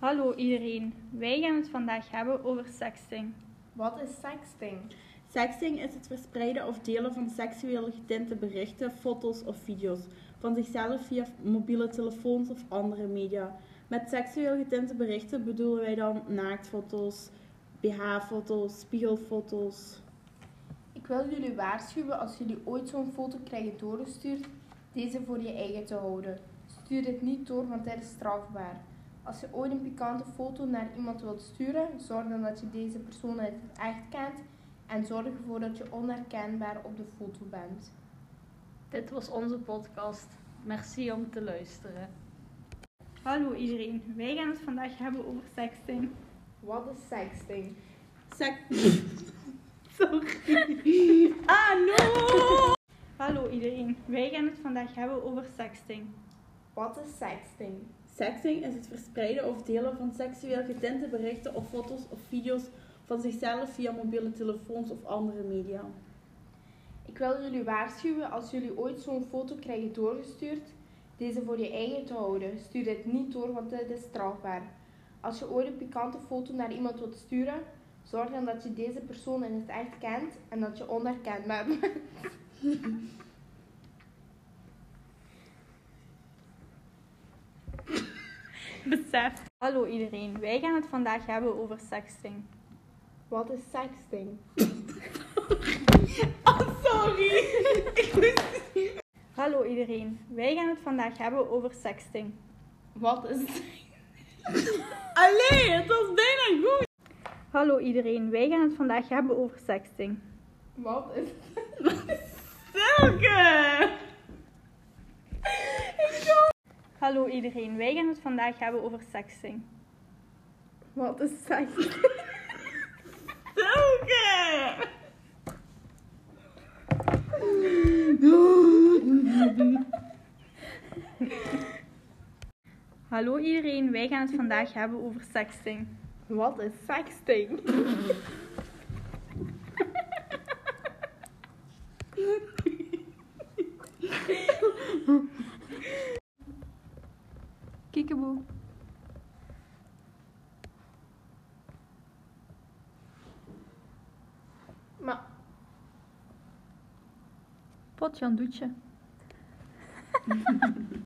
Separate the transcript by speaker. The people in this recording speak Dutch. Speaker 1: Hallo iedereen, wij gaan het vandaag hebben over sexting.
Speaker 2: Wat is sexting?
Speaker 3: Sexting is het verspreiden of delen van seksueel getinte berichten, foto's of video's van zichzelf via mobiele telefoons of andere media. Met seksueel getinte berichten bedoelen wij dan naaktfoto's, BH-foto's, spiegelfoto's.
Speaker 2: Ik wil jullie waarschuwen als jullie ooit zo'n foto krijgen doorgestuurd, deze voor je eigen te houden. Stuur dit niet door, want dit is strafbaar. Als je ooit een pikante foto naar iemand wilt sturen, zorg dan dat je deze persoon uit het echt kent en zorg ervoor dat je onherkenbaar op de foto bent.
Speaker 4: Dit was onze podcast. Merci om te luisteren.
Speaker 1: Hallo iedereen, wij gaan het vandaag hebben over sexting.
Speaker 2: Wat is sexting?
Speaker 3: Sex. Sorry. Ah, no!
Speaker 1: Hallo iedereen, wij gaan het vandaag hebben over sexting.
Speaker 2: Wat is sexting?
Speaker 3: Sexting is het verspreiden of delen van seksueel getinte berichten of foto's of video's van zichzelf via mobiele telefoons of andere media.
Speaker 2: Ik wil jullie waarschuwen als jullie ooit zo'n foto krijgen doorgestuurd, deze voor je eigen te houden. Stuur dit niet door, want dit is strafbaar. Als je ooit een pikante foto naar iemand wilt sturen, zorg dan dat je deze persoon in het echt kent en dat je onherkenbaar bent.
Speaker 1: Besef. Hallo iedereen, wij gaan het vandaag hebben over sexting.
Speaker 2: Wat is sexting?
Speaker 1: Hallo iedereen, wij gaan het vandaag hebben over sexting.
Speaker 2: Wat is
Speaker 3: Allee, het was bijna goed!
Speaker 1: Hallo iedereen, wij gaan het vandaag hebben over sexting.
Speaker 2: Wat is
Speaker 3: Silke!
Speaker 1: Hallo iedereen, wij gaan het vandaag hebben over sexting.
Speaker 2: Wat is sexting?
Speaker 3: Silke!
Speaker 1: Hallo iedereen, wij gaan het vandaag hebben over sexting.
Speaker 2: Wat is sexting?
Speaker 1: Kiekeboe.
Speaker 2: Maar
Speaker 1: Potje aan doetje.